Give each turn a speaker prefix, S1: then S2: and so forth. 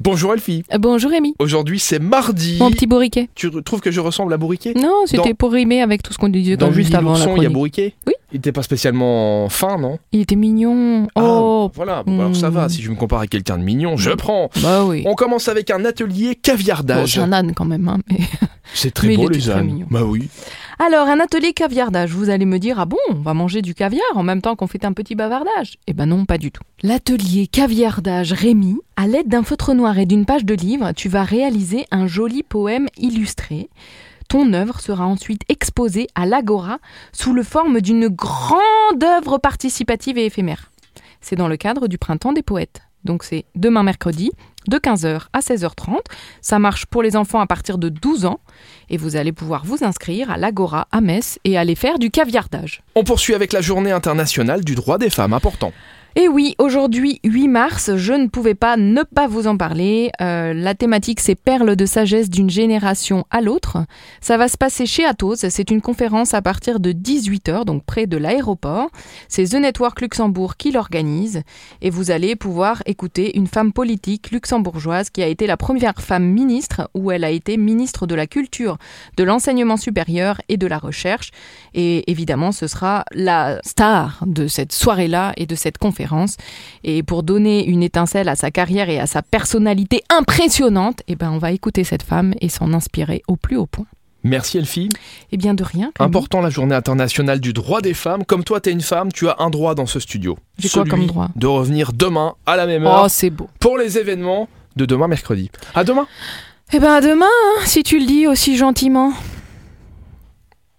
S1: Bonjour Elfie.
S2: Euh, Bonjour Rémi,
S1: Aujourd'hui c'est mardi.
S2: mon petit bourriquet.
S1: Tu re- trouves que je ressemble à Bourriquet
S2: Non, c'était pour rimer avec tout ce qu'on disait
S1: Dans
S2: quand- juste
S1: Lily
S2: avant la
S1: Lourson, il y a
S2: chronique.
S1: Bourriquet
S2: Oui.
S1: Il était pas spécialement fin, non
S2: Il était mignon.
S1: Ah,
S2: Oh,
S1: Voilà, bon, bah, alors ça
S2: hmm.
S1: va, si je me compare à quelqu'un de mignon, je prends.
S2: bah oui.
S1: On commence avec un atelier
S2: Bon,
S1: caviardage.
S2: c'est un âne quand même. hein, mais-
S1: c'est très
S2: Mais il
S1: beau
S2: était
S1: les
S2: très
S1: ânes.
S2: mignon.
S1: Bah oui.
S2: Alors, un atelier caviardage. Vous allez me dire, ah bon, on va manger du caviar en même temps qu'on fait un petit bavardage Eh ben non, pas du tout. L'atelier caviardage Rémi, à l'aide d'un feutre noir et d'une page de livre, tu vas réaliser un joli poème illustré. Ton œuvre sera ensuite exposée à l'Agora sous le forme d'une grande œuvre participative et éphémère. C'est dans le cadre du Printemps des poètes. Donc c'est demain mercredi, de 15h à 16h30. Ça marche pour les enfants à partir de 12 ans et vous allez pouvoir vous inscrire à l'Agora à Metz et aller faire du caviardage.
S1: On poursuit avec la journée internationale du droit des femmes, important.
S2: Et oui, aujourd'hui 8 mars, je ne pouvais pas ne pas vous en parler. Euh, la thématique c'est Perles de sagesse d'une génération à l'autre. Ça va se passer chez Atos, c'est une conférence à partir de 18h, donc près de l'aéroport. C'est The Network Luxembourg qui l'organise et vous allez pouvoir écouter une femme politique luxembourgeoise qui a été la première femme ministre où elle a été ministre de la culture, de l'enseignement supérieur et de la recherche. Et évidemment, ce sera la star de cette soirée-là et de cette conférence. Et pour donner une étincelle à sa carrière et à sa personnalité impressionnante, eh ben, on va écouter cette femme et s'en inspirer au plus haut point.
S1: Merci Elfie.
S2: Eh bien, de rien. Clémy.
S1: Important la journée internationale du droit des femmes. Comme toi t'es une femme, tu as un droit dans ce studio.
S2: J'ai quoi
S1: Celui
S2: comme droit
S1: De revenir demain à la même heure
S2: Oh, c'est beau.
S1: pour les événements de demain mercredi. À demain
S2: Eh ben, à demain, hein, si tu le dis aussi gentiment.